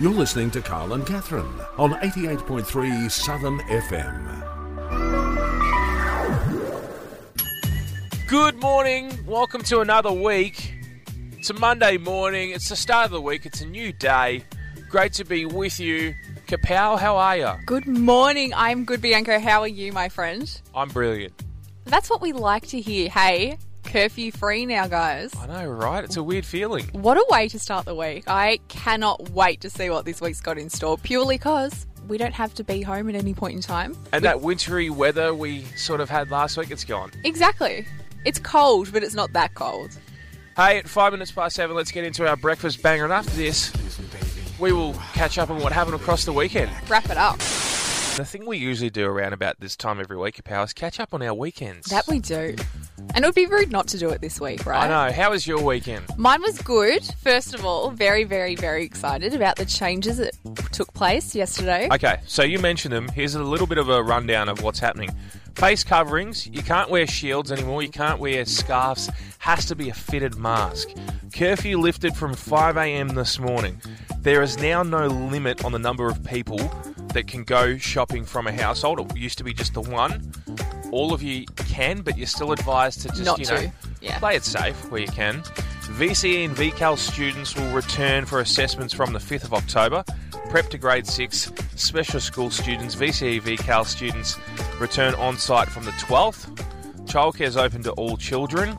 You're listening to Carl and Catherine on 88.3 Southern FM. Good morning. Welcome to another week. It's a Monday morning. It's the start of the week. It's a new day. Great to be with you. Kapow, how are you? Good morning. I'm good, Bianco. How are you, my friend? I'm brilliant. That's what we like to hear. Hey, curfew free now, guys. I know, right? It's a weird feeling. What a way to start the week. I cannot wait to see what this week's got in store purely because we don't have to be home at any point in time. And that wintry weather we sort of had last week, it's gone. Exactly. It's cold, but it's not that cold. Hey, at five minutes past seven, let's get into our breakfast banger. And after this, we will catch up on what happened across the weekend. Wrap it up. The thing we usually do around about this time every week, Kapow, is catch up on our weekends. That we do. And it would be rude not to do it this week, right? I know. How was your weekend? Mine was good. First of all, very, very, very excited about the changes that took place yesterday. Okay, so you mentioned them. Here's a little bit of a rundown of what's happening. Face coverings, you can't wear shields anymore, you can't wear scarves, has to be a fitted mask. Curfew lifted from 5am this morning. There is now no limit on the number of people that can go shopping from a household. It used to be just the one. All of you can, but you're still advised to just, Not you know, to, yeah. play it safe where you can. VCE and VCAL students will return for assessments from the 5th of October. Prep to grade 6, special school students, VCE, VCAL students return on site from the 12th. Childcare is open to all children.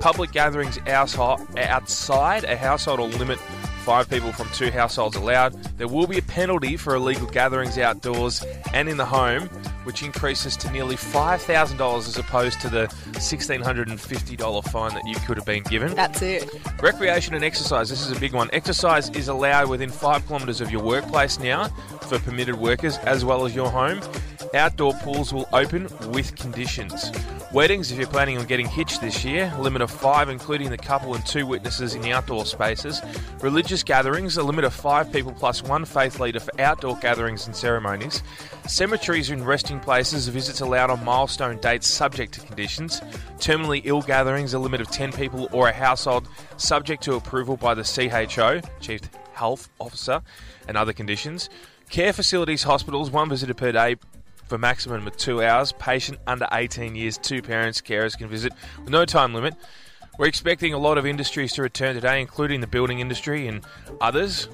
Public gatherings outside outside a household will limit five people from two households allowed. There will be a penalty for illegal gatherings outdoors and in the home, which increases to nearly $5,000 as opposed to the $1,650 fine that you could have been given. That's it. Recreation and exercise. This is a big one. Exercise is allowed within five kilometres of your workplace now for permitted workers as well as your home. Outdoor pools will open with conditions. Weddings, if you're planning on getting hitched this year, limit of five, including the couple and two witnesses in outdoor spaces. Religious gatherings, a limit of five people plus one faith leader for outdoor gatherings and ceremonies. Cemeteries and resting places, visits allowed on milestone dates subject to conditions. Terminally ill gatherings, a limit of 10 people or a household, subject to approval by the CHO, Chief Health Officer, and other conditions. Care facilities, hospitals, one visitor per day for maximum of two hours. Patient under 18 years, two parents, carers can visit with no time limit. We're expecting a lot of industries to return today, including the building industry and others.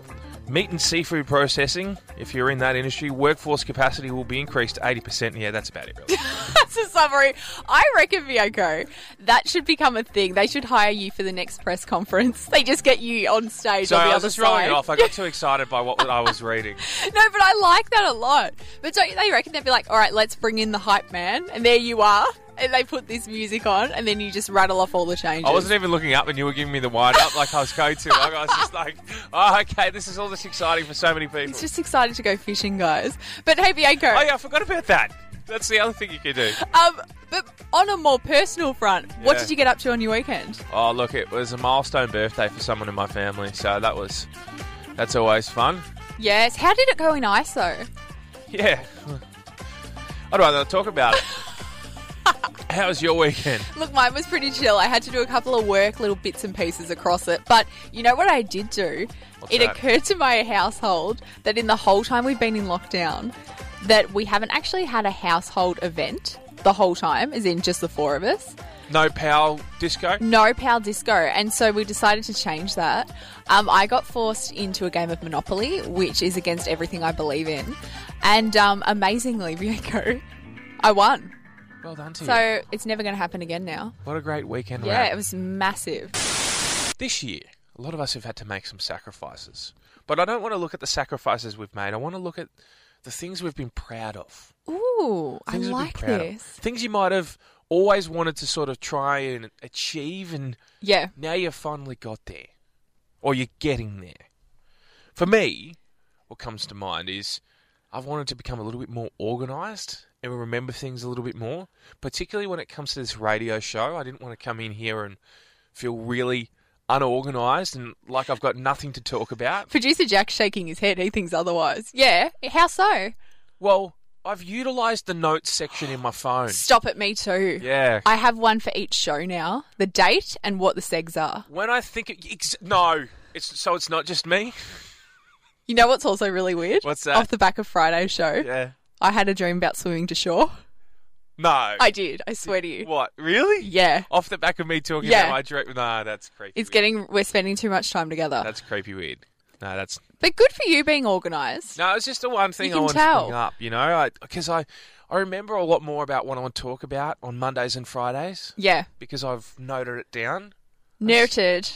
Meat and seafood processing, if you're in that industry, workforce capacity will be increased to 80%. Yeah, that's about it, really. That's a summary. I reckon, Bianco, that should become a thing. They should hire you for the next press conference. They just get you on stage So on the I was other just rolling side. it off. I got too excited by what I was reading. No, but I like that a lot. But don't you- they reckon they'd be like, all right, let's bring in the hype man, and there you are. And they put this music on, and then you just rattle off all the changes. I wasn't even looking up, and you were giving me the wide up like I was going to. Like, I was just like, oh, okay, this is all this exciting for so many people. It's just excited to go fishing, guys. But hey, Bianco. Oh yeah, I forgot about that. That's the other thing you can do. Um, but on a more personal front, what Yeah. did you get up to on your weekend? Oh look, it was a milestone birthday for someone in my family, so that was that's always fun. Yes. How did it go in ISO? Yeah. I'd rather not talk about it. How was your weekend? Look, mine was pretty chill. I had to do a couple of work, little bits and pieces across it. But you know what I did do? What's it that? occurred to my household that in the whole time we've been in lockdown, that we haven't actually had a household event the whole time, as in just the four of us. No pal disco? No PAL Disco. And so we decided to change that. Um, I got forced into a game of Monopoly, which is against everything I believe in. And um, amazingly, Bianco, I won. Well done to you. So it's never going to happen again now. What a great weekend. Yeah, wrap. it was massive. This year, a lot of us have had to make some sacrifices. But I don't want to look at the sacrifices we've made. I want to look at the things we've been proud of. Ooh, I Things we've been like proud of. this. Things you might have always wanted to sort of try and achieve and Yeah. Now you finally got there, or you're getting there. For me, what comes to mind is I've wanted to become a little bit more organised and remember things a little bit more, particularly when it comes to this radio show. I didn't want to come in here and feel really unorganised and like I've got nothing to talk about. Producer Jack's shaking his head. He thinks otherwise. Yeah. How so? Well, I've utilised the notes section in my phone. Stop it, me too. Yeah. I have one for each show now the date and what the segs are. When I think it, ex- no, it's so it's not just me. You know what's also really weird? What's that? Off the back of Friday's show, Yeah. I had a dream about swimming to shore. No. I did. I swear to you. what? Really? Yeah. Off the back of me talking Yeah. about my dream. Nah, that's creepy. It's weird. getting. We're spending too much time together. That's creepy weird. No, that's but good for you being organised. No, it's just the one thing You I can want to tell. bring up, you know, because I, I, remember a lot more about what I want to talk about on Mondays and Fridays Yeah. because I've noted it down. Noted.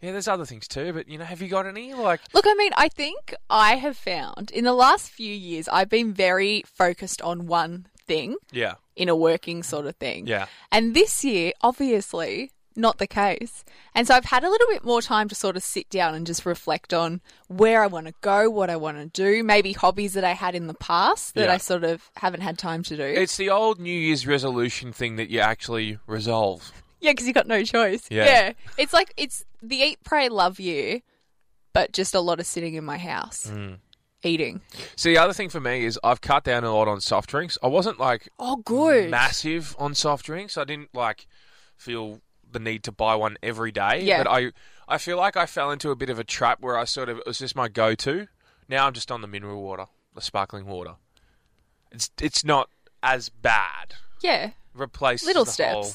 Yeah, there's other things too, but you know, have you got any? Like, Look, I mean, I think I have found in the last few years, I've been very focused on one thing yeah, in a working sort of thing. yeah, And this year, obviously, not the case. And so I've had a little bit more time to sort of sit down and just reflect on where I want to go, what I want to do, maybe hobbies that I had in the past that Yeah. I sort of haven't had time to do. it's the old New Year's resolution thing that you actually resolve. yeah, because you got no choice. Yeah. It's like it's the eat, pray, love you, but just a lot of sitting in my house Mm. eating. So the other thing for me is I've cut down a lot on soft drinks. I wasn't like Oh, good. massive on soft drinks. I didn't like feel the need to buy one every day. Yeah. But I I feel like I fell into a bit of a trap where I sort of it was just my go to. Now I'm just on the mineral water, the sparkling water. It's it's not as bad. Yeah. Replace Little the steps. whole,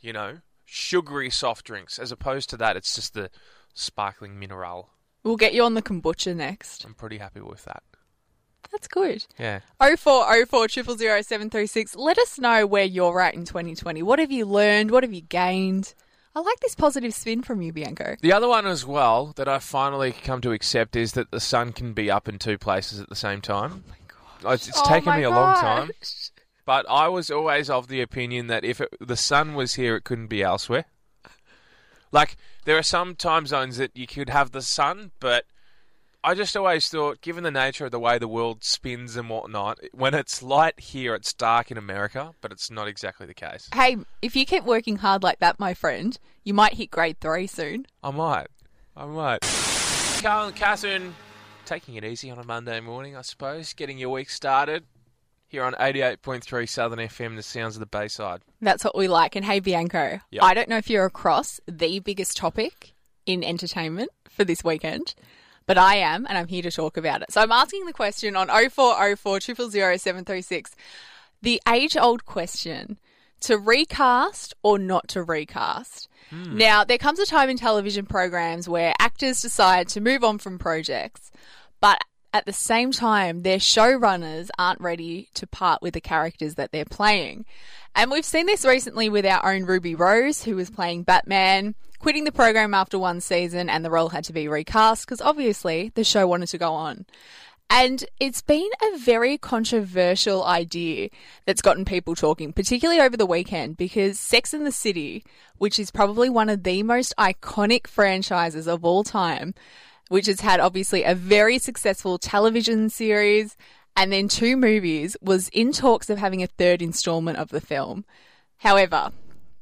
you know, sugary soft drinks. As opposed to that, it's just the sparkling mineral. We'll get you on the kombucha next. I'm pretty happy with that. That's good. Yeah. 0404 000 736. Let us know where you're at in 2020. What have you learned? What have you gained? I like this positive spin from you, Bianco. The other one as well that I finally come to accept is that the sun can be up in two places at the same time. It's, it's Oh taken my me a long gosh. time, but I was always of the opinion that if it, the sun was here, it couldn't be elsewhere. Like there are some time zones that you could have the sun, but I just always thought, given the nature of the way the world spins and whatnot, when it's light here, it's dark in America, but it's not exactly the case. Hey, if you keep working hard like that, my friend, you might hit grade three soon. I might. I might. Carl and Catherine, taking it easy on a Monday morning, I suppose. Getting your week started here on 88.3 Southern FM, the sounds of the Bayside. That's what we like. And hey, Bianco, Yeah. I don't know if you're across the biggest topic in entertainment for this weekend, but I am, and I'm here to talk about it. So I'm asking the question on 0404 000 736, the age old question to recast or not to recast. Now, there comes a time in television programs where actors decide to move on from projects, but at the same time, their showrunners aren't ready to part with the characters that they're playing. And we've seen this recently with our own Ruby Rose, who was playing Batman, quitting the program after one season, and the role had to be recast because obviously the show wanted to go on. And it's been a very controversial idea that's gotten people talking, particularly over the weekend, because Sex and the City, which is probably one of the most iconic franchises of all time, which has had obviously a very successful television series and then two movies, was in talks of having a third installment of the film. However,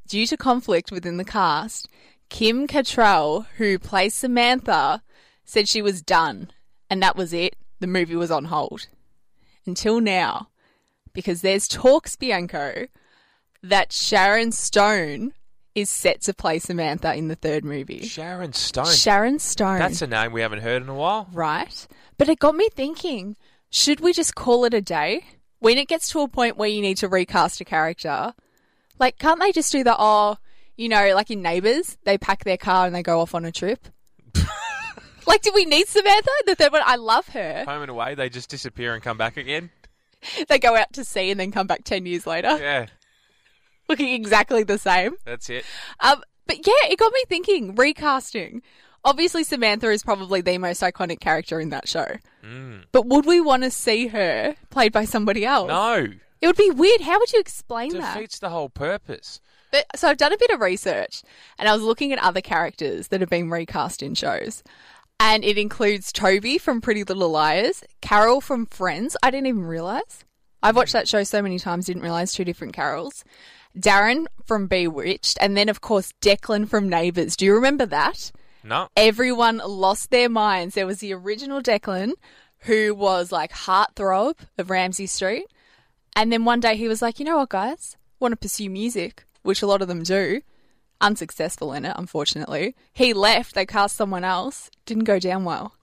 due to conflict within the cast, Kim Cattrall, who plays Samantha, said she was done, and that was it. The movie was on hold until now, because there's talks, Bianco, that Sharon Stone is set to play Samantha in the third movie. Sharon Stone. Sharon Stone, That's a name we haven't heard in a while. right? But it got me thinking: should we just call it a day when it gets to a point where you need to recast a character? Like, can't they just do the oh, you know, like in Neighbours, they pack their car and they go off on a trip? like, do we need Samantha? The third one, I love her. Home and away, they just disappear and come back again. they go out to sea and then come back 10 years later Yeah, looking exactly the same. that's it. Um, but yeah, it got me thinking recasting. Obviously, Samantha is probably the most iconic character in that show. But would we want to see her played by somebody else? No, It would be weird. How would you explain that? defeats the whole purpose. But so I've done a bit of research and I was looking at other characters that have been recast in shows. And it includes Toby from Pretty Little Liars, Carol from Friends. I didn't even realize. I've watched that show so many times, didn't realize two different Carols. Darren from Bewitched, and then, of course, Declan from Neighbours. Do you remember that? No, Everyone lost their minds. There was the original Declan, who was like heartthrob of Ramsey Street. And then one day he was like, you know what, guys? Want to pursue music, which a lot of them do. Unsuccessful in it, unfortunately. He left, they cast someone else. Didn't go down well.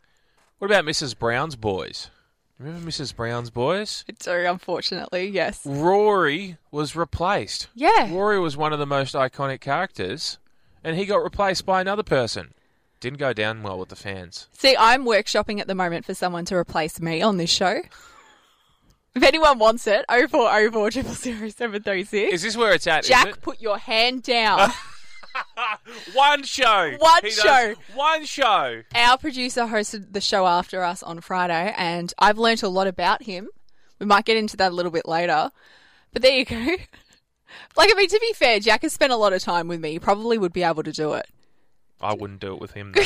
What about Mrs. Brown's boys? Remember Mrs. Brown's boys? It's very unfortunately, yes. Rory was replaced. Yeah. Rory was one of the most iconic characters, and he got replaced by another person. Didn't go down well with the fans. See, I'm workshopping at the moment for someone to replace me on this show. If anyone wants it, 0404 0000736. Is this where it's at? is Jack, it? put your hand down. one show. One He does show. One show. Our producer hosted the show after us on Friday, and I've learnt a lot about him. We might get into that a little bit later. But there you go. Like, I mean, to be fair, Jack has spent a lot of time with me. He probably would be able to do it. I wouldn't do it with him, though,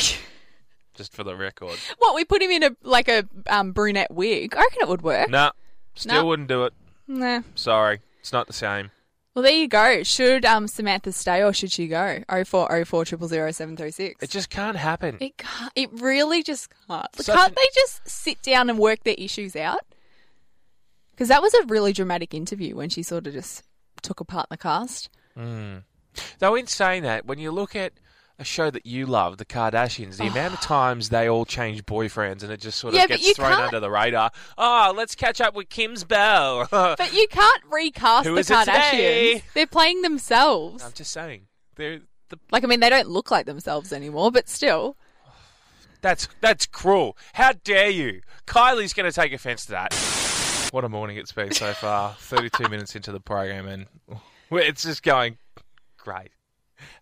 just for the record. What, we put him in a, like, a um, brunette wig? I reckon it would work. Nah, still No. wouldn't do it. Nah. Sorry, it's not the same. Well, there you go. Should um, Samantha stay or should she go? 0404 0000736. It just can't happen. It can't. It really just can't. Such can't an- they just sit down and work their issues out? Because that was a really dramatic interview when she sort of just took apart the cast. Though in saying that, when you look at a show that you love, The Kardashians, the amount of times they all change boyfriends and it just sort of Ah. Yeah, but gets you thrown can't- under the radar. Oh, let's catch up with Kim's Bell. But you can't recast Who the is it today? Um, Kardashians. They're playing themselves. I'm just saying. They're, the, Like I mean, they don't look like themselves anymore, but still. that's that's cruel. How dare you? Kylie's going to take offence to that. What a morning it's been so far. 32 minutes into the program and it's just going great.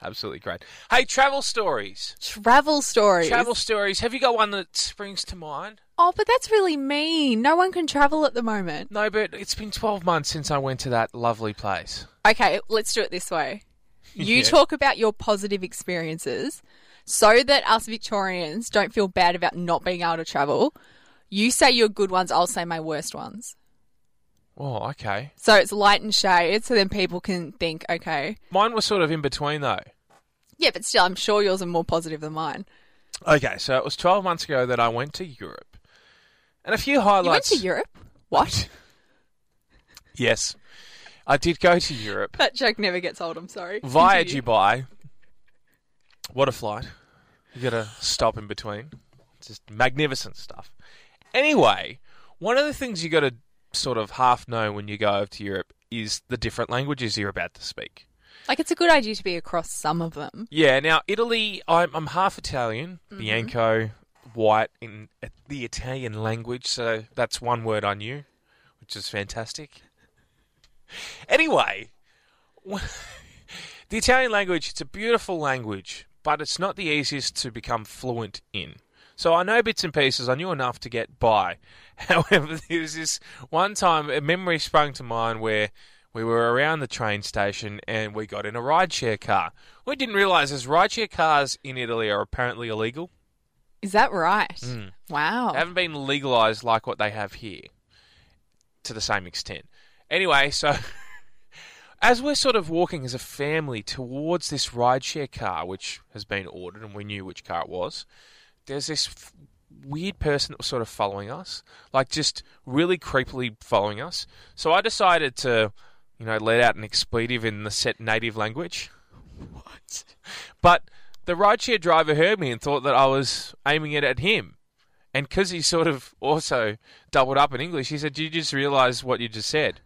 Absolutely great. Hey, travel stories. Travel stories. Travel stories. Have you got one that springs to mind? Oh, but that's really mean. No one can travel at the moment. No, but it's been 12 months since I went to that lovely place. Okay, let's do it this way. You Yeah. talk about your positive experiences so that us Victorians don't feel bad about not being able to travel. You say your good ones, I'll say my worst ones. Oh, okay. So it's light and shade, so then people can think, okay. Mine was sort of in between, though. Yeah, but still, I'm sure yours are more positive than mine. Okay, so it was 12 months ago that I went to Europe. And a few You went highlights. to Europe? What? Yes. I did go to Europe that joke never gets old, I'm sorry. via Continue. Dubai. What a flight. You got to stop in between. Just magnificent stuff. Anyway, one of the things you got to sort of half know when you go over to Europe is the different languages you're about to speak. Like, it's a good idea to be across some of them. Yeah, now Italy, I'm, I'm half Italian, Bianco, white in uh, the Italian language, so that's one word I knew, which is fantastic. Anyway, w- the Italian language, it's a beautiful language, but it's not the easiest to become fluent in. So I know bits and pieces, I knew enough to get by. However, there was this one time, a memory sprung to mind where we were around the train station and we got in a rideshare car. We didn't realise this rideshare cars in Italy are apparently illegal. Is that right? Hmm. Wow. They haven't been legalised like what they have here to the same extent. Anyway, so as we're sort of walking as a family towards this rideshare car, which has been ordered and we knew which car it was, there's this f- weird person that was sort of following us, like just really creepily following us. So I decided to, you know, let out an expletive in the set native language. What? But the rideshare driver heard me and thought that I was aiming it at him. And because he sort of also doubled up in English, he said, "Did you just realise what you just said?"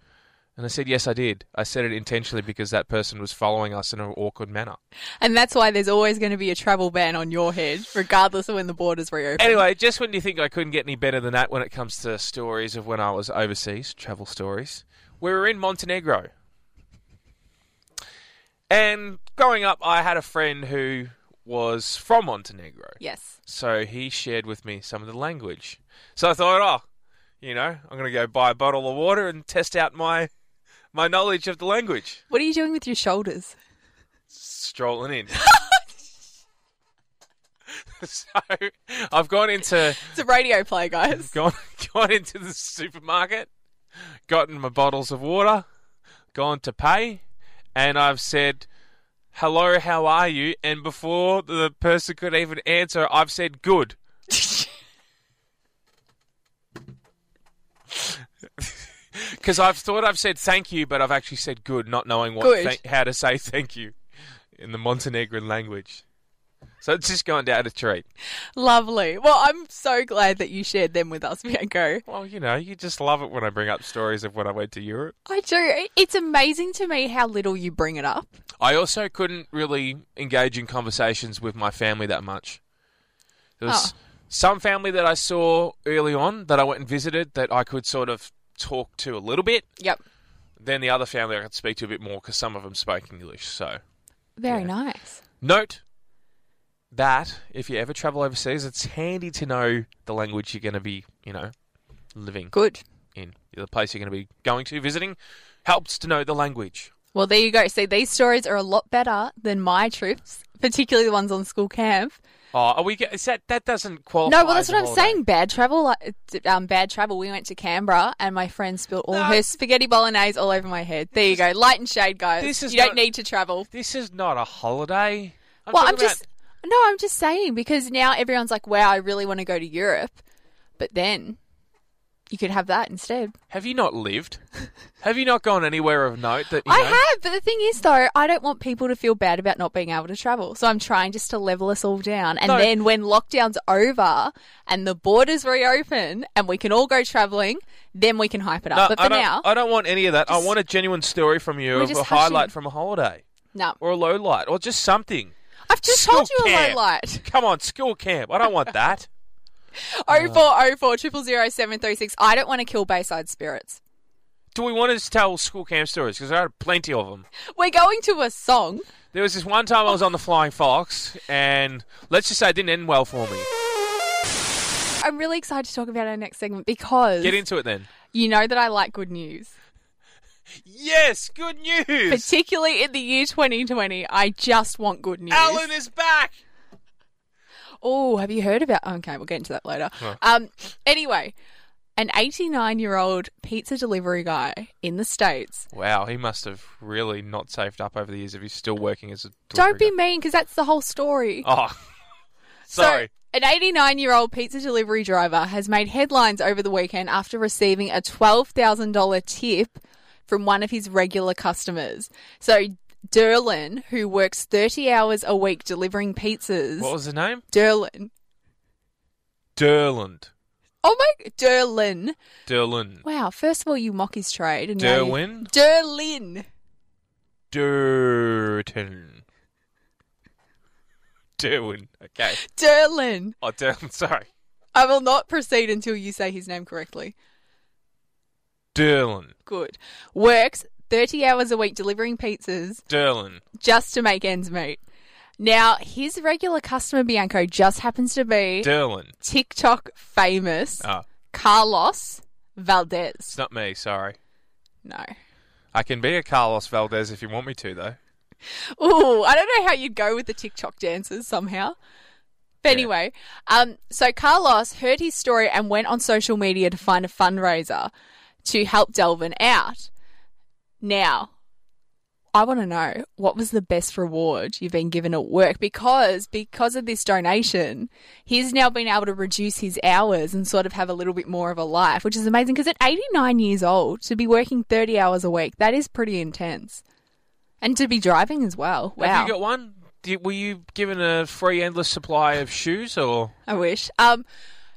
And I said, "Yes, I did. I said it intentionally because that person was following us in an awkward manner." And that's why there's always going to be a travel ban on your head, regardless of when the borders reopen. Anyway, just when you think I couldn't get any better than that when it comes to stories of when I was overseas, travel stories, we were in Montenegro. And growing up, I had a friend who was from Montenegro. Yes. So he shared with me some of the language. So I thought, oh, you know, I'm going to go buy a bottle of water and test out my my knowledge of the language. What are you doing with your shoulders? Strolling in. so I've gone into It's a radio play, guys. gone gone into the supermarket, gotten my bottles of water, gone to pay, and I've said, "Hello, how are you?" And before the person could even answer, I've said, "Good." Because I've thought I've said thank you, but I've actually said good, not knowing what Good. thank- how to say thank you in the Montenegrin language. So it's just going down a treat. Lovely. Well, I'm so glad that you shared them with us, Bianco. Well, you know, you just love it when I bring up stories of when I went to Europe. I do. It's amazing to me how little you bring it up. I also couldn't really engage in conversations with my family that much. There was some family that I saw early on that I went and visited that I could sort of talk to a little bit. Yep. Then the other family I could speak to a bit more because some of them spoke English. So Very Yeah. nice. note that if you ever travel overseas, it's handy to know the language you're going to be, you know, living Good. in. The place you're going to be going to, visiting, helps to know the language. Well, there you go. See, these stories are a lot better than my trips, particularly the ones on school camp. Oh, are we? Get, is that that doesn't qualify? No, well, that's as a what I'm holiday. saying. Bad travel, like, t- um, bad travel. We went to Canberra, and my friend spilled all No. her spaghetti bolognese all over my head. There you go, light and shade, guys. This is you don't not- need to travel. This is not a holiday. I'm well, I'm talking about- just no, I'm just saying because now everyone's like, "Wow, I really want to go to Europe," but then you could have that instead. Have you not lived? have you not gone anywhere of note that you I know? have, but the thing is, though, I don't want people to feel bad about not being able to travel. So I'm trying just to level us all down. And No. then when lockdown's over and the borders reopen and we can all go traveling, then we can hype it No, up. but I for don't, now, I don't want any of that. I just- want a genuine story from you We're of a just highlight hushing. from a holiday no. or a low light or just something. I've just School told you a low camp. light. Come on, school camp. I don't want that. Oh four oh four triple zero seven three six. I don't want to kill Bayside spirits. Do we want to just tell school camp stories? Because I had plenty of them. We're going to a song. There was this one time I was on the Flying Fox, and let's just say it didn't end well for me. I'm really excited to talk about our next segment because Get into it then. you know that I like good news. Yes, good news. Particularly in the year 2020, I just want good news. Alan is back. Oh, have you heard about? Okay, we'll get into that later. Um, anyway, an 89 year old pizza delivery guy in the States. Wow, he must have really not saved up over the years if he's still working as a. Don't be delivery mean because that's the whole story. guy. Oh, sorry. So, an 89 year old pizza delivery driver has made headlines over the weekend after receiving a $12,000 tip from one of his regular customers. So, Derlin, who works 30 hours a week delivering pizzas. What was the name? Derlin. Derland. Oh my. Derlin. Derlin. Wow. First of all, you mock his trade. And now you- Derwin. Derlin. Durton. Derwin. Okay. Derlin. Oh, Derlin. Sorry. I will not proceed until you say his name correctly. Derlin. Good. Works 30 hours a week delivering pizzas Derlin. just to make ends meet. Now, his regular customer, Bianco, just happens to be Derlin. TikTok famous Oh, Carlos it's Valdez. not me. Sorry. No. I can be a Carlos Valdez if you want me to, though. Ooh, I don't know how you'd go with the TikTok dances somehow. But Yeah. anyway, um, so Carlos heard his story and went on social media to find a fundraiser to help Delvin out. Now, I want to know what was the best reward you've been given at work because because of this donation, he's now been able to reduce his hours and sort of have a little bit more of a life, which is amazing because at 89 years old to be working 30 hours a week, that is pretty intense. And to be driving as well. Wow. Have you got one? Did, were you given a free endless supply of shoes or? I wish. Um,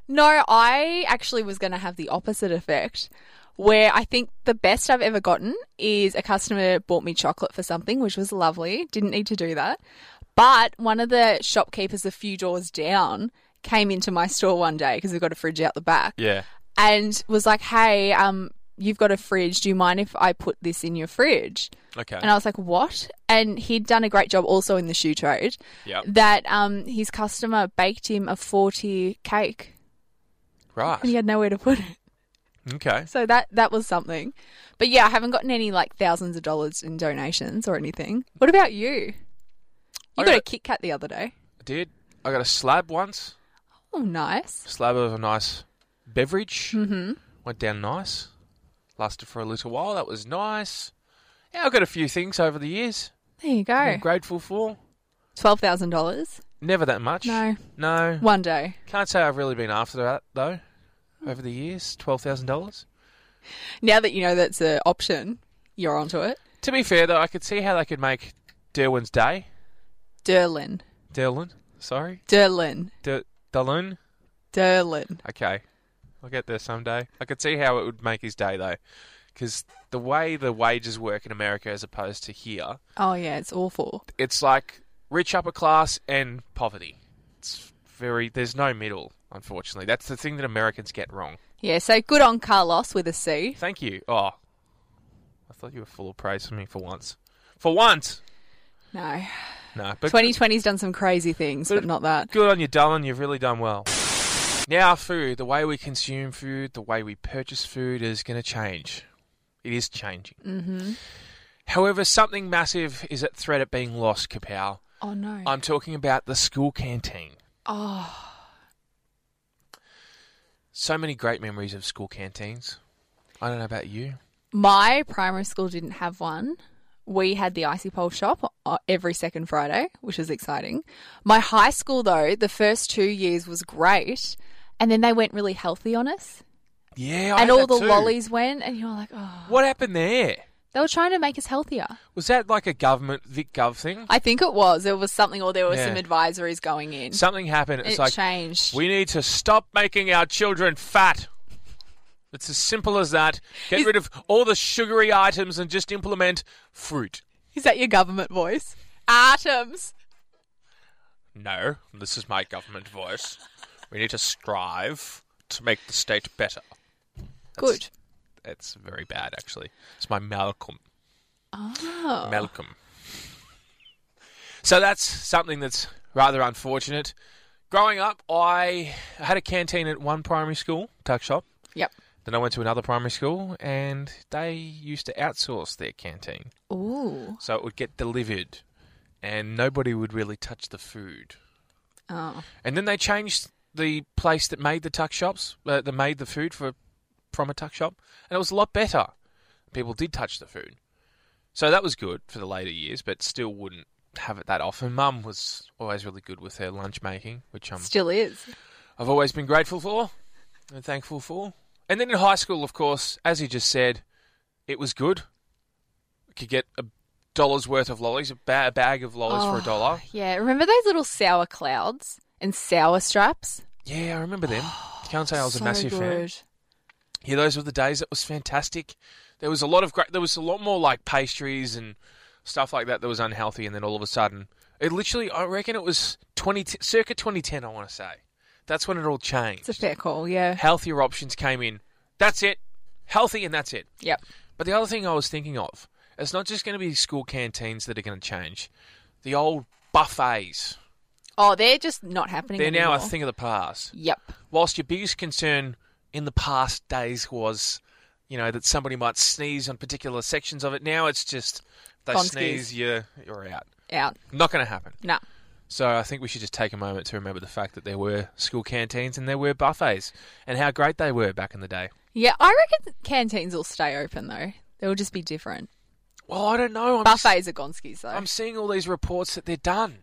no, I actually was going to have the opposite effect, where I think the best I've ever gotten is a customer bought me chocolate for something, which was lovely. Didn't need to do that. But one of the shopkeepers a few doors down came into my store one day because we've got a fridge out the back Yeah. and was like, hey, um, you've got a fridge. Do you mind if I put this in your fridge? Okay. And I was like, what? And he'd done a great job also in the shoe trade Yep. that um, his customer baked him a 40 cake and he Right. had nowhere to put it. Okay. So that, that was something. But yeah, I haven't gotten any like thousands of dollars in donations or anything. What about you? You I got got- a Kit Kat the other day. I did. I got a slab once. Oh, nice. slab of a nice beverage. Mm-hmm. Went down nice. Lasted for a little while. That was nice. Yeah, I've got a few things over the years There you go. I'm grateful for. $12,000. Never that much. No. No. One day. Can't say I've really been after that, though, over the years. $12,000. Now that you know that's an option, you're onto it. To be fair, though, I could see how they could make Derwin's day. Derlin. Derwin. Sorry, Derlin. D- Dalun. Derlin. Okay, I'll get there someday. I could see how it would make his day though, because the way the wages work in America as opposed to here, Oh, yeah, it's awful. it's like rich upper class and poverty. It's very there's no middle, unfortunately. That's the thing that Americans get wrong. Yeah, so good on Carlos with a C. Thank you. Oh, I thought you were full of praise for me for once. For once, No. no. But 2020's done some crazy things, but But- not that. Good on you, Dylan. You've really done well. Now, food, the way we consume food, the way we purchase food is going to change. It is changing. Mm-hmm. However, something massive is at threat of being lost, Kapow. Oh, no. I'm talking about the school canteen. oh, So many great memories of school canteens. I don't know about you. my primary school didn't have one. We had the icy pole shop uh, every second Friday, which was exciting. My high school, though, the first two years was great, and then they went really healthy on us, Yeah, I had and all that the too. lollies went, and you're like, oh, What happened there? they were trying to make us healthier. Was that like a government Vic Gov thing? I think it was there was something, or there were Yeah. some advisories going in. Something happened. It's it like changed. We need to stop making our children fat. It's as simple as that. Get rid of all the sugary items and just implement fruit. Is that your government voice? Atoms. No, this is my government voice. We need to strive to make the state better. Good. That's very bad, actually. It's my Malcolm. Oh. Malcolm. So that's something that's rather unfortunate. Growing up, I had a canteen at one primary school, tuck shop. Yep. Then I went to another primary school, and they used to outsource their canteen, Ooh. so it would get delivered, and nobody would really touch the food. Oh. And then they changed the place that made the tuck shops, uh, that made the food for from a tuck shop, and it was a lot better. People did touch the food, so that was good for the later years, but still wouldn't have it that often. Mum was always really good with her lunch making, which I'm Still is. I've always been grateful for and thankful for. And then in high school, of course, as you just said, it was good. You could get a dollar's worth of lollies, a, ba- a bag of lollies for a Oh, dollar. Yeah. Remember those little sour clouds and sour straps? Yeah, I remember them. Can't say I was so a massive fan. good. Yeah, those were the days. It was fantastic. There was a lot of great. There was a lot more like pastries and stuff like that that was unhealthy. And then all of a sudden, it literally. I reckon it was twenty circa twenty ten. I want to say that's when it all changed. It's a fair call. Yeah. healthier options came in. That's it. Healthy and that's it. Yep. But the other thing I was thinking of, it's not just going to be school canteens that are going to change. The old buffets, Oh, they're just not happening. they're now a anymore. thing of the past. Yep. Whilst your biggest concern in the past days was, you know, that somebody might sneeze on particular sections of it, now it's just if they Bonskis. sneeze, you're, you're out. Out. Not going to happen. No. So I think we should just take a moment to remember the fact that there were school canteens and there were buffets and how great they were back in the day. Yeah, I reckon canteens will stay open though. They'll just be different. Well, I don't know. I'm just- Buffets are Gonskis though. I'm seeing all these reports that they're done.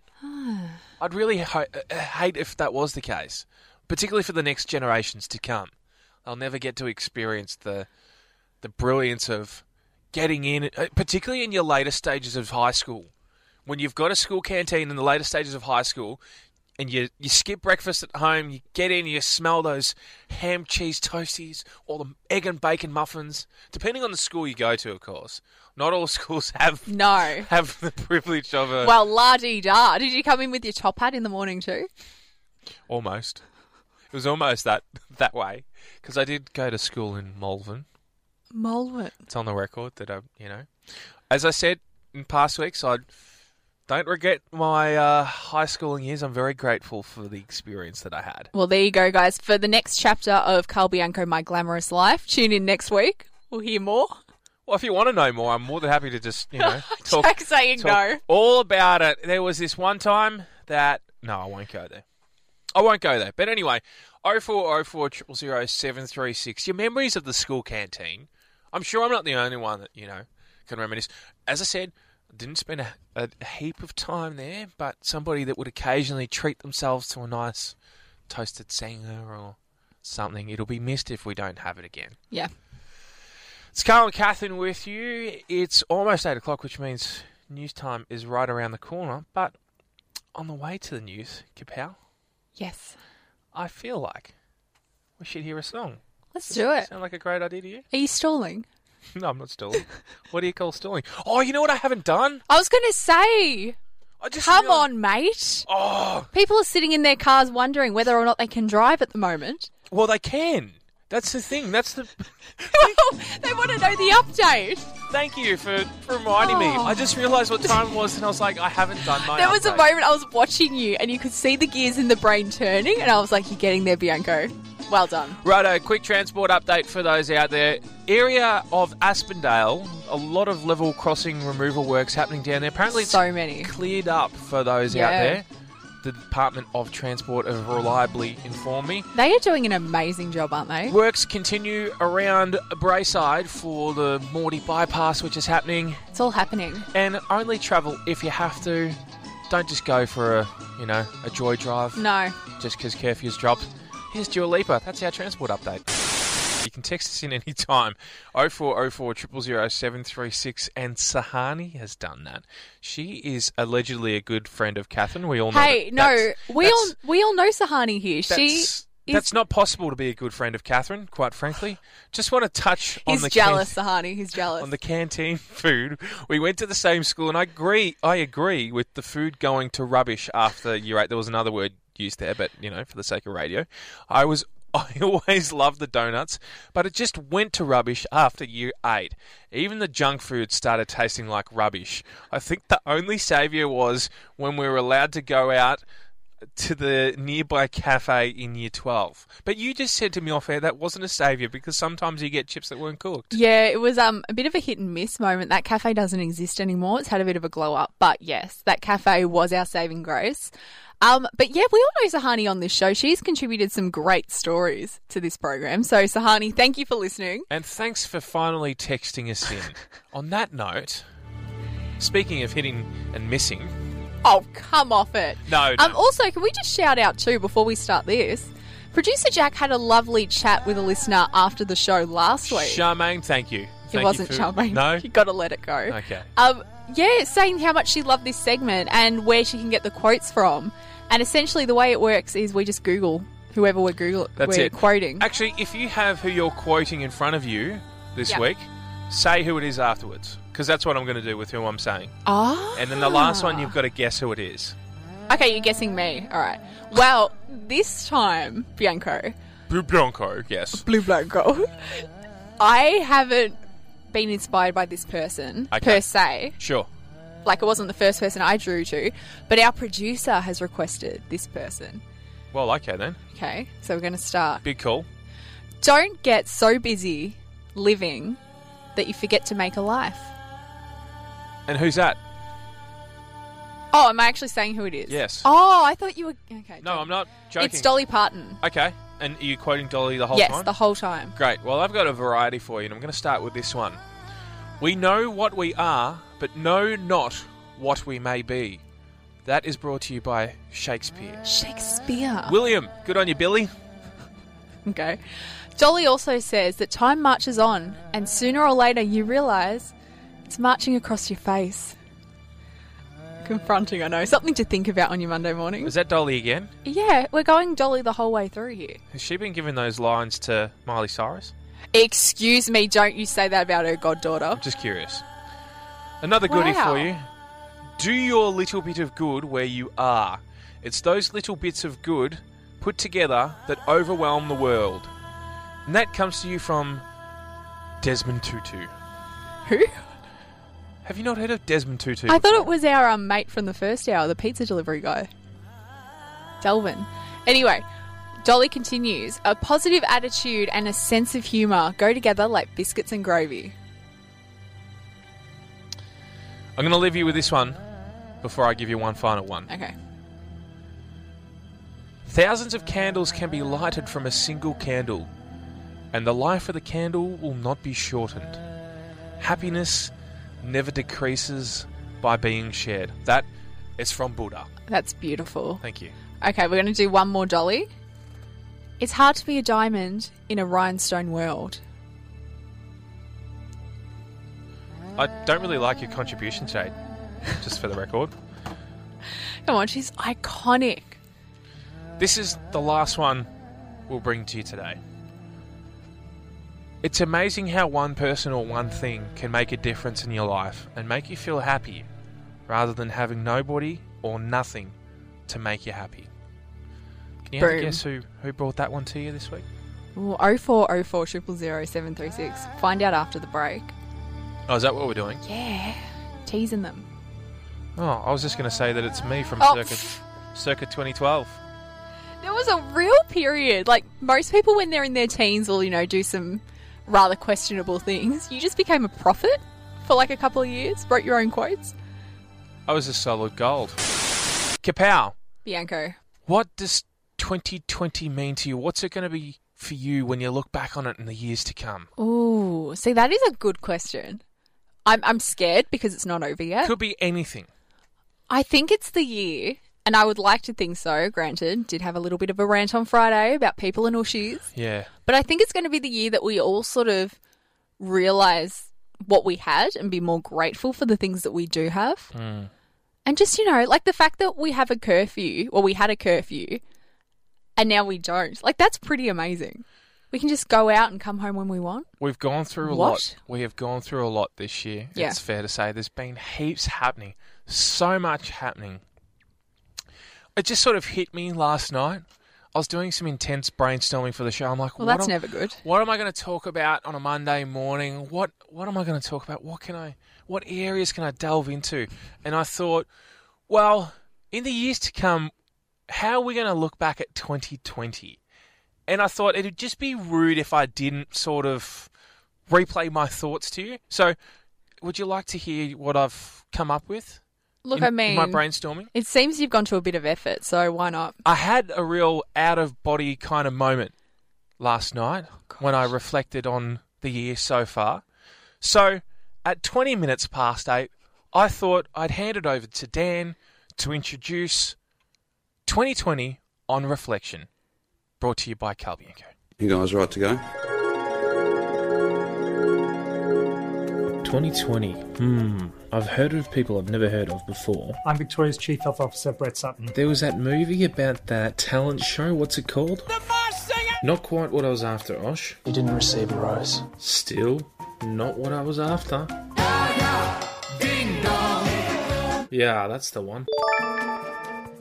I'd really ho- uh, hate if that was the case, particularly for the next generations to come. They'll never get to experience the the brilliance of getting in, uh, particularly in your later stages of high school. When you've got a school canteen in the later stages of high school, and you you skip breakfast at home, you get in, you smell those ham cheese toasties or the egg and bacon muffins, depending on the school you go to, of course. Not all schools have no. have the privilege of a Well, la di da. Did you come in with your top hat in the morning too? almost. It was almost that that way because I did go to school in Malvern. Molwyn. It's on the record that I, you know, as I said in past weeks, I don't regret my uh, high schooling years. I'm very grateful for the experience that I had. Well, there you go, guys. For the next chapter of Carl Bianco, My Glamorous Life, tune in next week. We'll hear more. Well, if you want to know more, I'm more than happy to just you know talk, Jack saying talk no. all about it. There was this one time that no, I won't go there. I won't go there. But anyway, 0404 000 736. Your memories of the school canteen. I'm sure I'm not the only one that you know can reminisce. As I said, I didn't spend a, a heap of time there, but somebody that would occasionally treat themselves to a nice toasted singer or something. It'll be missed if we don't have it again. Yeah. It's Carl and Catherine with you. It's almost 8 o'clock, which means news time is right around the corner, but on the way to the news, Kapow, Yes. I feel like we should hear a song. Let's do it. Sound like a great idea to you? Are you stalling? No, I'm not stalling. what do you call stalling? Oh, you know what I haven't done? I was going to say, I just come realised- on, mate. Oh, People are sitting in their cars wondering whether or not they can drive at the moment. well, they can. That's the thing. That's the. they want to know the update. Thank you for for reminding me. Oh. I just realised what time it was, and I was like, I haven't done my. There was a update. moment I was watching you and you could see the gears in the brain turning, and I was like, You're getting there, Bianco. Well done. Righto, quick transport update for those out there. Area of Aspendale, a lot of level crossing removal works happening down there. Apparently, it's So many. cleared up for those out Yeah. there. The Department of Transport have reliably informed me. They are doing an amazing job, aren't they? Works continue around Brayside for the Morty bypass, which is happening, It's all happening. and only travel if you have to. Don't just go for a, you know, a joy drive No. just because curfew's dropped. Here's Dua Lipa. That's our transport update. You can text us in any time. 0404 000 736 and Sahani has done that. She is allegedly a good friend of Catherine. We all know. Hey, that- no, that's- we all that's- we all know Sahani here. She that's, that's not possible to be a good friend of Catherine, quite frankly. Just want to touch on he's the jealous, can- Sahani. He's jealous. on the canteen food. We went to the same school, and I agree. I agree with the food going to rubbish after year eight. There was another word used there, but you know, for the sake of radio, I was. I always loved the donuts, but it just went to rubbish after year eight. Even the junk food started tasting like rubbish. I think the only saviour was when we were allowed to go out to the nearby cafe in year 12. But you just said to me off air that wasn't a saviour because sometimes you get chips that weren't cooked. yeah, it was um a bit of a hit and miss moment. That cafe doesn't exist anymore. It's had a bit of a glow up, but yes, that cafe was our saving grace. Um, but yeah, we all know Sahani on this show. She's contributed some great stories to this program. So Sahani, thank you for listening. And thanks for finally texting us in. On that note, speaking of hitting and missing, Oh, come off it. No, no. Um, also, can we just shout out too before we start this? Producer Jack had a lovely chat with a listener after the show last week. Charmaine, thank you. Thank it you wasn't for- charming. No? You gotta let it go. Okay. Um, yeah, saying how much she loved this segment and where she can get the quotes from. And essentially the way it works is we just Google whoever we're Google That's we're it. quoting. Actually, if you have who you're quoting in front of you this Yep. week, say who it is afterwards. Because that's what I'm going to do with who I'm saying. Ah. And then the last one, you've got to guess who it is. Okay, you're guessing me. Alright. Well, this time, Bianco. Blue Bronco, yes. Blue Blanco. I haven't been inspired by this person Okay. per se. Sure. Like it wasn't the first person I drew to, but our producer has requested this person. Well, okay then. Okay, so we're going to start. Big call. Don't get so busy living that you forget to make a life. And who's that? Oh, am I actually saying who it is? Yes. Oh, I thought you were. Okay. No, don't- I'm not joking. It's Dolly Parton. Okay. And are you quoting Dolly the whole yes, time? the whole time. Great. Well, I've got a variety for you, and I'm going to start with this one. We know what we are, but know not what we may be. That is brought to you by Shakespeare. Shakespeare. William, good on you, Billy. Okay. Dolly also says that time marches on, and sooner or later you realise it's marching across your face. Confronting, I know. Something to think about on your Monday morning. Is that Dolly again? Yeah, we're going Dolly the whole way through here. Has she been giving those lines to Miley Cyrus? Excuse me, don't you say that about her goddaughter. I'm just curious. Another goodie Oh. Wow. for you. Do your little bit of good where you are. It's those little bits of good put together that overwhelm the world. And that comes to you from Desmond Tutu. Who? Have you not heard of Desmond Tutu? I thought it was our um, mate from the first hour, the pizza delivery guy. Delvin. Anyway, Dolly continues a positive attitude and a sense of humour go together like biscuits and gravy. I'm going to leave you with this one before I give you one final one. Okay. Thousands of candles can be lighted from a single candle, and the life of the candle will not be shortened. Happiness never decreases by being shared. That is from Buddha. That's beautiful. Thank you. Okay, we're going to do one more dolly. It's hard to be a diamond in a rhinestone world. I don't really like your contribution, Jade, just for the record. Come on, she's iconic. This is the last one we'll bring to you today. It's amazing how one person or one thing can make a difference in your life and make you feel happy rather than having nobody or nothing to make you happy. Can you have a Boom. guess who, who brought that one to you this week? Ooh, 0404 000 736. Find out after the break. Oh, is that what we're doing? Yeah. Teasing them. Oh, I was just going to say that it's me from Oh. circa, circa 2012. There was a real period. Like, most people, when they're in their teens, will, you know, do some rather questionable things. You just became a prophet for like a couple of years, wrote your own quotes. I was a solid gold. Kapow! Bianco. What does 2020 mean to you? What's it going to be for you when you look back on it in the years to come? Ooh, see, that is a good question. I'm, I'm scared because it's not over yet. Could be anything. I think it's the year, and I would like to think so. Granted, did have a little bit of a rant on Friday about people and ushies, Yeah. but I think it's going to be the year that we all sort of realize what we had and be more grateful for the things that we do have. Mm. And just, you know, like the fact that we have a curfew or we had a curfew and now we don't. Like, that's pretty amazing. We can just go out and come home when we want. We've gone through a What? lot. We have gone through a lot this year. Yeah. It's fair to say there's been heaps happening. So much happening. It just sort of hit me last night. I was doing some intense brainstorming for the show. I'm like, Well, what that's am- never good. What am I going to talk about on a Monday morning? What what am I going to talk about? What can I what areas can I delve into? And I thought, well, in the years to come, how are we going to look back at 2020? And I thought it'd just be rude if I didn't sort of replay my thoughts to you. So, would you like to hear what I've come up with? Look, in- I mean, in my brainstorming. it seems you've gone to a bit of effort, so why not? I had a real out of body kind of moment last night when I reflected on the year so far. So, at 20 minutes past eight, I thought I'd hand it over to Dan to introduce 2020 on reflection, brought to you by Cal Bianco. You guys right to go? 2020. Hmm. I've heard of people I've never heard of before. I'm Victoria's Chief Health Officer, Brett Sutton. There was that movie about that talent show. What's it called? Not quite what I was after, Osh. You didn't receive a rose. Still, not what I was after. Yeah, that's the one.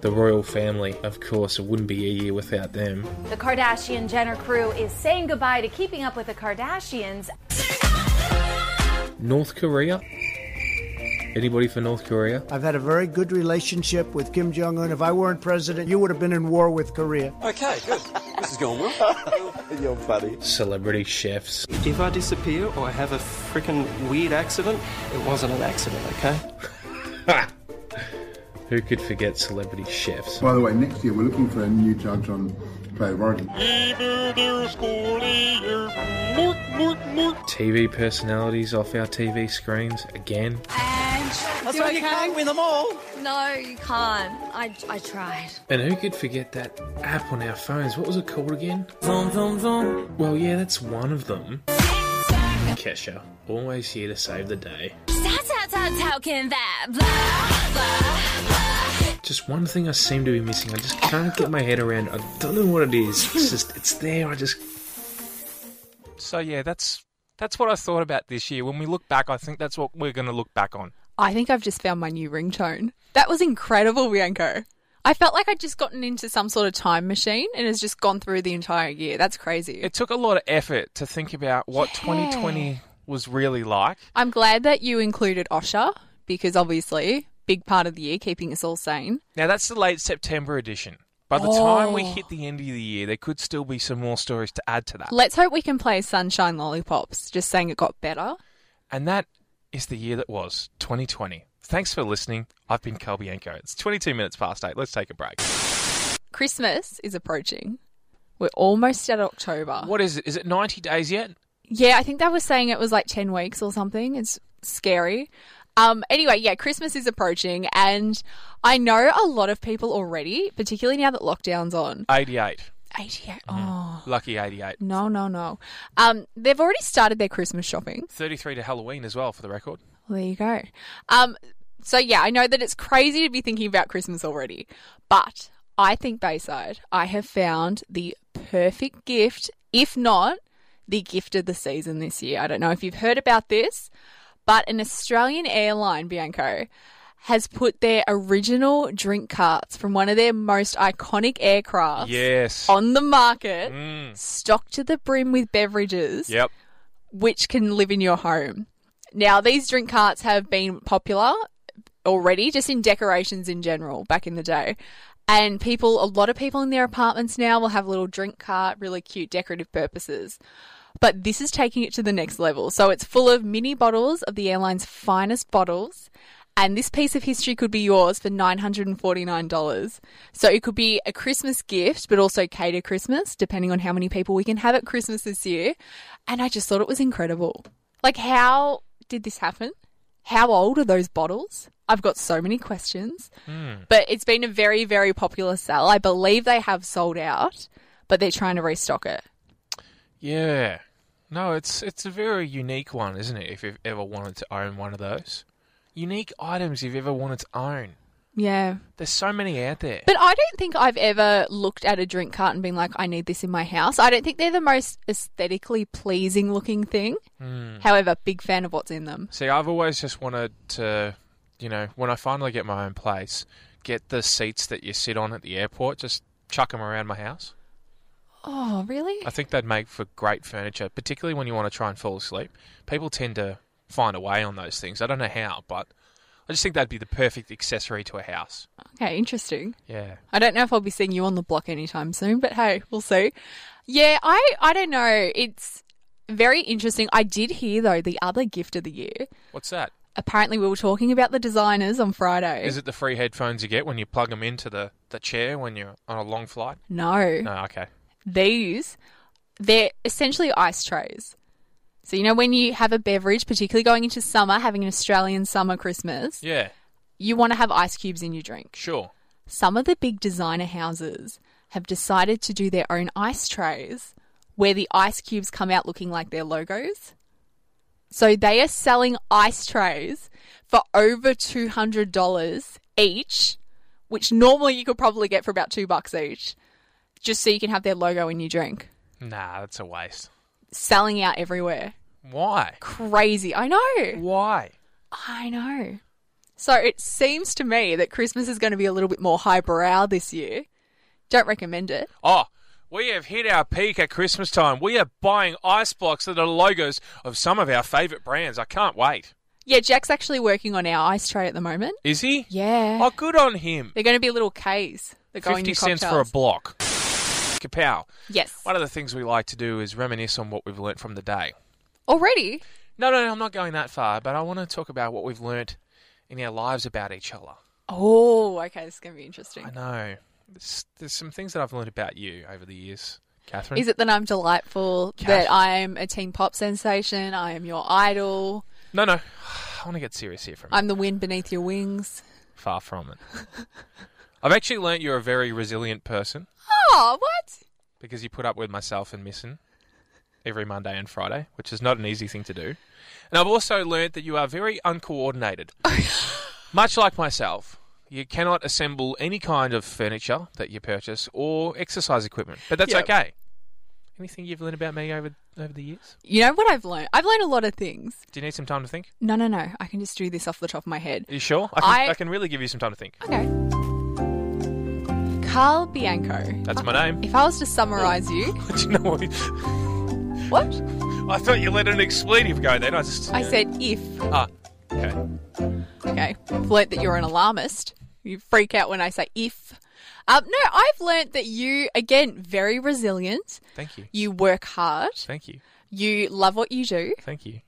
The royal family, of course, it wouldn't be a year without them. The Kardashian Jenner crew is saying goodbye to keeping up with the Kardashians. North Korea? Anybody for North Korea? I've had a very good relationship with Kim Jong Un. If I weren't president, you would have been in war with Korea. Okay, good. this is going well. You're funny. Celebrity chefs. If I disappear or I have a freaking weird accident, it wasn't an accident, okay? Ha! Who could forget celebrity chefs? By the way, next year we're looking for a new judge on Play of Origin. TV personalities off our TV screens again. No, you can't. I, I tried. And who could forget that app on our phones? What was it called again? Well, yeah, that's one of them. Kesha, always here to save the day. Just one thing I seem to be missing. I just can't get my head around. I don't know what it is. It's just, it's there. I just. So, yeah, that's that's what I thought about this year. When we look back, I think that's what we're going to look back on. I think I've just found my new ringtone. That was incredible, Bianco. I felt like I'd just gotten into some sort of time machine and has just gone through the entire year. That's crazy. It took a lot of effort to think about what 2020 was really like. I'm glad that you included Osha because obviously, big part of the year, keeping us all sane. Now that's the late September edition. By the time we hit the end of the year, there could still be some more stories to add to that. Let's hope we can play Sunshine Lollipops, just saying it got better. And that is the year that was 2020. Thanks for listening. I've been Cal Bianco. It's 22 minutes past eight. Let's take a break. Christmas is approaching. We're almost at October. What is it? Is it 90 days yet? Yeah, I think they were saying it was like 10 weeks or something. It's scary. Um, anyway, yeah, Christmas is approaching, and I know a lot of people already, particularly now that lockdown's on. 88. 88. Oh, Lucky 88. no, no, no. Um, they've already started their Christmas shopping. 33 to Halloween as well, for the record. Well, there you go. Um, So yeah, I know that it's crazy to be thinking about Christmas already, but I think Bayside, I have found the perfect gift, if not the gift of the season this year. I don't know if you've heard about this, but an Australian airline, Bianco, has put their original drink carts from one of their most iconic aircraft Yes. on the market, Mm. stocked to the brim with beverages Yep. which can live in your home. Now, these drink carts have been popular already, just in decorations in general back in the day. And people, a lot of people in their apartments now will have a little drink cart, really cute decorative purposes. But this is taking it to the next level. So it's full of mini bottles of the airline's finest bottles. And this piece of history could be yours for $949. So it could be a Christmas gift, but also cater Christmas, depending on how many people we can have at Christmas this year. And I just thought it was incredible. Like, how did this happen? How old are those bottles? I've got so many questions. But it's been a very, very popular sell. I believe they have sold out, but they're trying to restock it. Yeah. No, it's it's a very unique one, isn't it? If you've ever wanted to own one of those, unique items you've ever wanted to own. Yeah. There's so many out there. But I don't think I've ever looked at a drink cart and been like, I need this in my house. I don't think they're the most aesthetically pleasing looking thing. However, big fan of what's in them. See, I've always just wanted to, you know, when I finally get my own place, get the seats that you sit on at the airport, just chuck them around my house. Oh, really? I think they'd make for great furniture, particularly when you want to try and fall asleep. People tend to find a way on those things. I don't know how, but I just think that'd be the perfect accessory to a house. Okay, interesting. Yeah. I don't know if I'll be seeing you on the block anytime soon, but hey, we'll see. Yeah, I I don't know. It's very interesting. I did hear though the other gift of the year. What's that? Apparently, we were talking about the designers on Friday. Is it the free headphones you get when you plug them into the, the chair when you're on a long flight? No, No, okay. these they're essentially ice trays. So you know when you have a beverage, particularly going into summer, having an Australian summer Christmas, Yeah, you want to have ice cubes in your drink. sure. some of the big designer houses have decided to do their own ice trays where the ice cubes come out looking like their logos. So they are selling ice trays for over $200 each, which normally you could probably get for about 2 bucks each, just so you can have their logo in your drink. Nah, that's a waste. Selling out everywhere. Why? Crazy. I know. Why? I know. So it seems to me that Christmas is going to be a little bit more highbrow this year. Don't recommend it. Oh, we have hit our peak at Christmas time. We are buying ice blocks that are logos of some of our favourite brands. I can't wait. Yeah, Jack's actually working on our ice tray at the moment. Is he? Yeah. Oh, good on him. They're going to be little Ks that go in 50 your cents for a cocktails. block. Kapow. Yes. One of the things we like to do is reminisce on what we've learnt from the day. Already? No, no, no, I'm not going that far, but I want to talk about what we've learnt in our lives about each other. Oh, okay. This is going to be interesting. I know. There's, there's some things that I've learned about you over the years, Catherine. Is it that I'm delightful? Cat. That I'm a teen pop sensation? I am your idol? No, no. I want to get serious here for a minute. I'm the wind beneath your wings? Far from it. I've actually learnt you're a very resilient person Oh, what? because you put up with myself and missing every Monday and Friday, which is not an easy thing to do. And I've also learnt that you are very uncoordinated. Much like myself, you cannot assemble any kind of furniture that you purchase or exercise equipment, but that's Yep. okay. Anything you've learned about me over over the years? You know what I've learned? I've learned a lot of things. Do you need some time to think? No, no, no. I can just do this off the top of my head. Are you sure? I can, I- I can really give you some time to think. Okay. Carl Bianco. That's my name. If I was to summarize you, Do you know what? what? I thought you let an expletive go then. I just. I said if. Ah, okay. Okay. I've learnt that you're an alarmist. You freak out when I say if. Um, no, I've learnt that you, again, very resilient. Thank you. You work hard. Thank you. You love what you do. Thank you.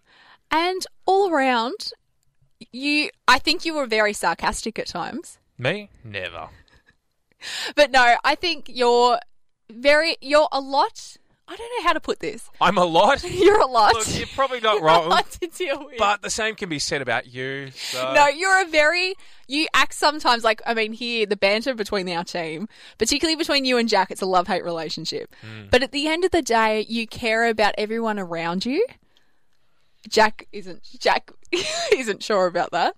And all around, you, I think you were very sarcastic at times. Me? Never. But no, I think you're very, you're a lot. I don't know how to put this. I'm a lot. You're a lot. Look, you're probably not You're a wrong, lot to deal with. But the same can be said about you. So. No, you're a very you act sometimes like I mean here the banter between our team, particularly between you and Jack, it's a love hate Mm. relationship. But at the end of the day, you care about everyone around you. Jack isn't Jack isn't sure about that.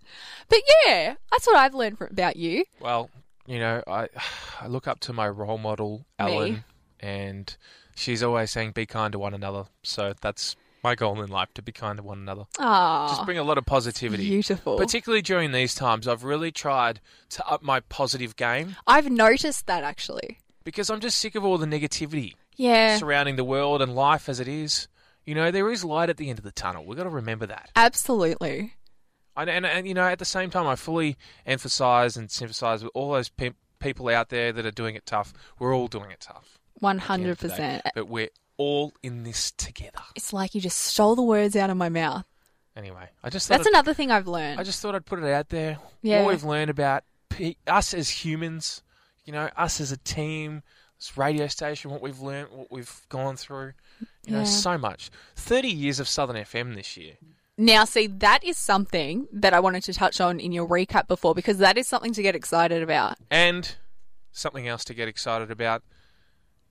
But yeah, that's what I've learned from, about you. Well, you know, I I look up to my role model, Ellen, and she's always saying be kind to one another. So that's my goal in life to be kind to one another. Ah, Just bring a lot of positivity. Beautiful. Particularly during these times, I've really tried to up my positive game I've noticed that actually. because I'm just sick of all the negativity Yeah. surrounding the world and life as it is. You know, there is light at the end of the tunnel. We've got to remember that. Absolutely. And, and, and you know, at the same time, I fully emphasize and sympathize with all those pe- people out there that are doing it tough. We're all doing it tough. at the end of the day. 100%. But we're all in this together. It's like you just stole the words out of my mouth. Anyway, I just thought That's I'd- another thing I've learned. I just thought I'd put it out there. Yeah. What we've learned about pe- us as humans, you know, us as a team, this radio station, what we've learned, what we've gone through, you know, Yeah. so much. 30 years of Southern FM this year. Now, see, that is something that I wanted to touch on in your recap before because that is something to get excited about. And something else to get excited about.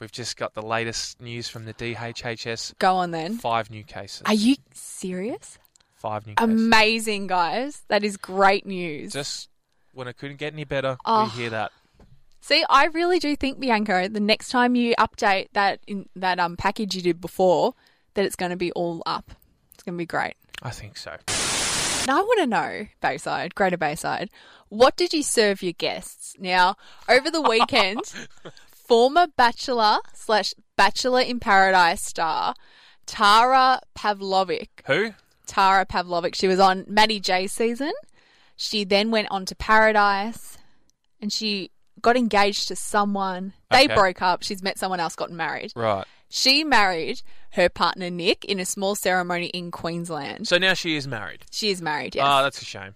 We've just got the latest news from the DHHS. Go on then. Five new cases. Are you serious? Five new cases. Amazing, guys. That is great news. Just when I couldn't get any better, Oh. we hear that. See, I really do think Bianca, the next time you update that in, that um package you did before, that it's going to be all up. It's going to be great. I think so. And I want to know, Bayside, Greater Bayside, what did you serve your guests? Now, over the weekend, former Bachelor slash Bachelor in Paradise star Tara Pavlovic Who? Tara Pavlovic. She was on Maddie J season. She then went on to Paradise and she got engaged to someone. They Okay. broke up. She's met someone else, gotten married. Right. She married her partner Nick in a small ceremony in Queensland. So now she is married. she is married, yes. Ah, that's a shame.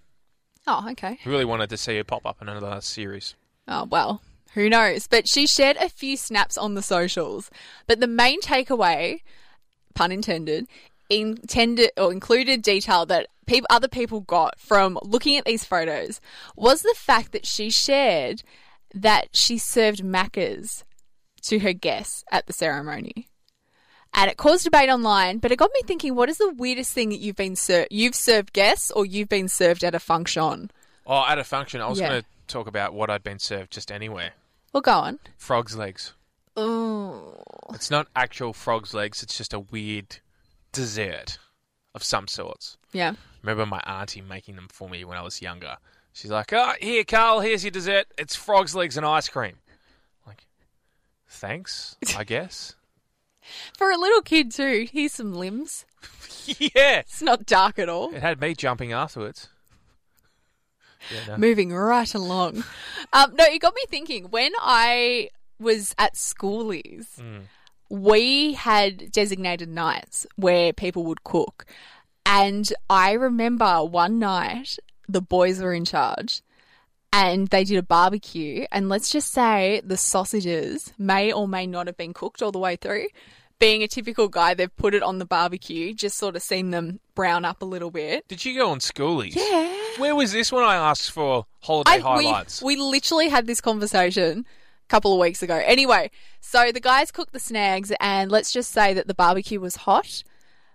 oh, okay. Really wanted to see her pop up in another series. Oh, well, who knows? But she shared a few snaps on the socials. But the main takeaway, pun intended, intended or included detail that peop other people got from looking at these photos was the fact that she shared that she served macas to her guests at the ceremony. And it caused debate online, but it got me thinking: What is the weirdest thing that you've been ser- you've served guests or you've been served at a function? Oh, at a function, I was Yeah. going to talk about what I'd been served just anywhere. Well, go on. Frog's legs. Ooh. It's not actual frog's legs. It's just a weird dessert of some sorts. Yeah. Remember my auntie making them for me when I was younger. She's like, "Oh, here, Carl. Here's your dessert. It's frog's legs and ice cream." Like, thanks, I guess. For a little kid too, here's some limbs. yeah. It's not dark at all. It had me jumping afterwards. Yeah, no. Moving right along. Um, no, it got me thinking. When I was at schoolies, we had designated nights where people would cook. And I remember one night the boys were in charge and they did a barbecue. And let's just say the sausages may or may not have been cooked all the way through. Being a typical guy, they've put it on the barbecue, just sort of seen them brown up a little bit. Did you go on schoolies? Yeah. Where was this when I asked for holiday I- we- highlights? We, literally had this conversation a couple of weeks ago. Anyway, so the guys cooked the snags, and let's just say that the barbecue was hot.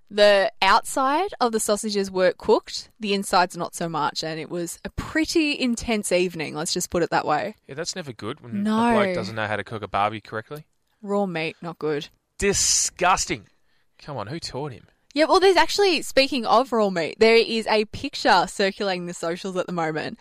The outside of the sausages were cooked, the inside's not so much, and it was a pretty intense evening, let's just put it that way. Yeah, that's never good when a No. bloke doesn't know how to cook a barbie correctly. Raw meat, not good. Disgusting. Come on, who taught him? Yeah, well, there's actually, speaking of raw meat, there is a picture circulating the socials at the moment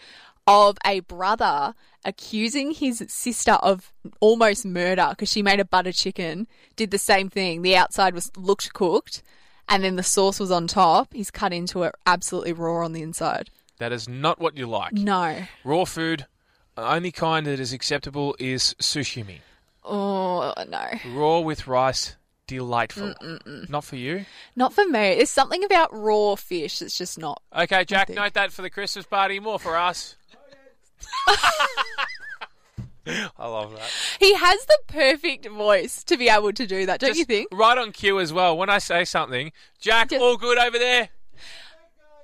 of a brother accusing his sister of almost murder because she made a butter chicken, did the same thing. The outside was looked cooked, and then the sauce was on top. He's cut into it absolutely raw on the inside. That is not what you like. No. Raw food, the only kind that is acceptable is sushimi. Oh, no. Raw with rice, delightful. Not for you. Not for me. There's something about raw fish that's just not. Okay, Jack, think- note that for the Christmas party, more for us. I love that. He has the perfect voice to be able to do that, don't you Just think? Right on cue as well. When I say something, Jack, Just- all good over there.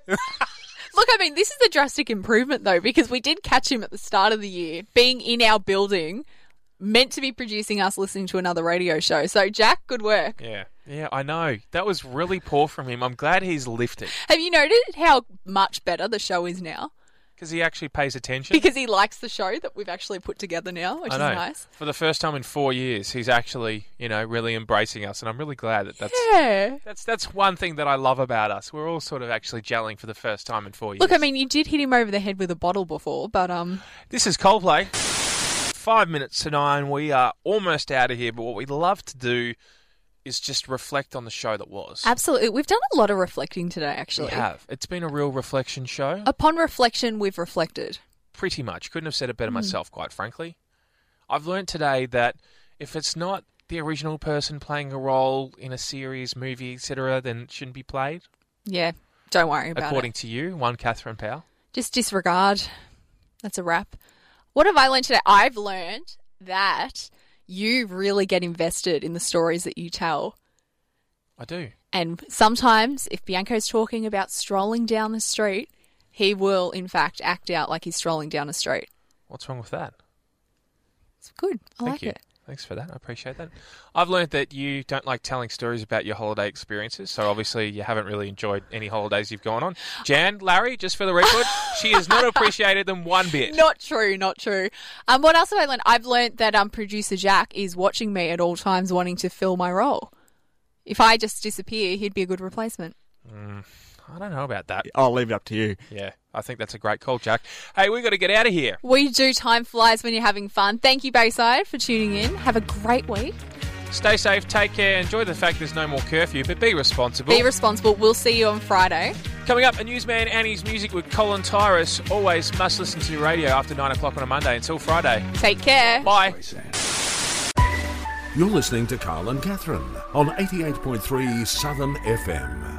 Look, I mean, this is a drastic improvement though, because we did catch him at the start of the year, being in our building, meant to be producing us listening to another radio show. So, Jack, good work. Yeah. Yeah, I know. That was really poor from him. I'm glad he's lifted Have you noted how much better the show is now? because he actually pays attention. Because he likes the show that we've actually put together now, which I is know. nice. For the first time in four years, he's actually, you know, really embracing us, and I'm really glad that that's Yeah. that's that's one thing that I love about us. We're all sort of actually gelling for the first time in four years. Look, I mean, you did hit him over the head with a bottle before, but um, This is Coldplay. Five minutes to nine. We are almost out of here, but what we love to do is just reflect on the show that was. absolutely, we've done a lot of reflecting today. We Actually, have. It's been a real reflection show. upon reflection, we've reflected. Pretty much. Couldn't have said Hmm. it better myself, quite frankly. I've learned today that if it's not the original person playing a role in a series, movie, etc., then it shouldn't be played. Yeah, don't worry about According it. to you, one Catherine Powell. Just disregard. That's a wrap. What have I learned today? I've learned that you really get invested in the stories that you tell. I do. And sometimes, if Bianco's talking about strolling down the street, he will, in fact, act out like he's strolling down a street. What's wrong with that? It's good. I Thank like you. it. Thanks for that. I appreciate that. I've learned that you don't like telling stories about your holiday experiences, so obviously you haven't really enjoyed any holidays you've gone on. Jan, Larry, just for the record, she has not appreciated them one bit. Not true, not true. Um, what else have I learned? I've learned that um, producer Jack is watching me at all times, wanting to fill my role. If I just disappear, he'd be a good replacement. I don't know about that. I'll leave it up to you. Yeah, I think that's a great call, Jack. Hey, we've got to get out of here. We do time flies when you're having fun. Thank you, Bayside, for tuning in. Have a great week. Stay safe, take care, enjoy the fact there's no more curfew, but be responsible. Be responsible. We'll see you on Friday. Coming up, a newsman and his music with Colin Tyrus. Always must listen to your radio after 9 o'clock on a Monday until Friday. Take care. Bye. You're listening to Carl and Catherine on 88.3 Southern FM.